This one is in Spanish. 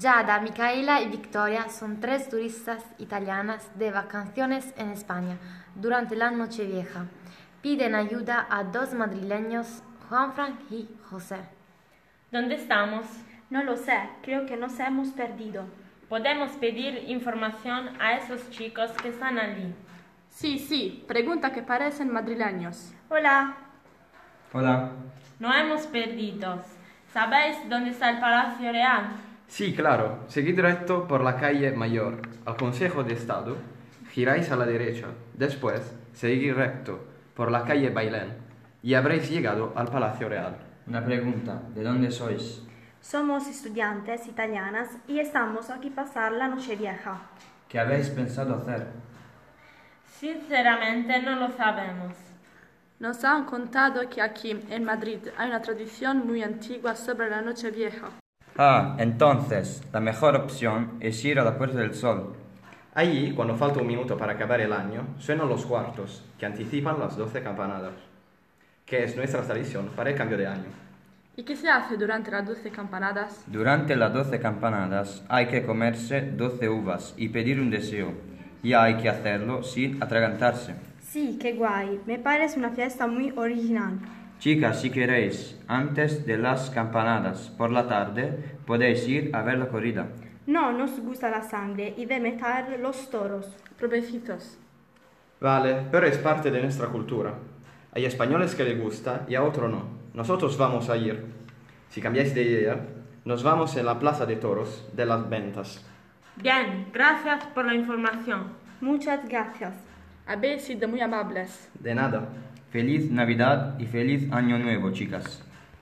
Yada, Micaela y Victoria son tres turistas italianas de vacaciones en España durante la Nochevieja. Piden ayuda a dos madrileños, Juanfran y José. ¿Dónde estamos? No lo sé, creo que nos hemos perdido. Podemos pedir información a esos chicos que están allí. Sí, sí, pregunta que parecen madrileños. Hola, Hola. No hemos perdido. ¿Sabéis dónde está el Palacio Real? Sí, claro. Seguid recto por la calle Mayor, al Consejo de Estado. Giráis a la derecha. Después, seguid recto por la calle Bailén y habréis llegado al Palacio Real. Una pregunta, ¿de dónde sois? somos estudiantes italianas y estamos aquí pasar la Nochevieja. ¿Qué habéis pensado hacer? Sinceramente no lo sabemos. Nos han contado que aquí, en Madrid, hay una tradición muy antigua sobre la noche vieja. Ah, entonces, la mejor opción es ir a la Puerta del Sol. Allí, cuando falta un minuto para acabar el año, suenan los cuartos, que anticipan las 12 campanadas, que es nuestra tradición para el cambio de año. ¿Y qué se hace durante las 12 campanadas? Durante las doce campanadas hay que comerse doce uvas y pedir un deseo, y hay que hacerlo sin atragantarse. Sí, qué guay. Me parece una fiesta muy original. Chicas, si queréis, antes de las campanadas por la tarde, podéis ir a ver la corrida. No nos gusta la sangre y de meter los toros. Provecitos. Vale, pero es parte de nuestra cultura. Hay españoles que le gusta y a otro no. Nosotros vamos a ir. Si cambiáis de idea, nos vamos en la Plaza de Toros de las Ventas. Bien, gracias por la información. Muchas gracias. Habéis sido muy amables. De nada. Feliz Navidad y feliz Año Nuevo, chicas.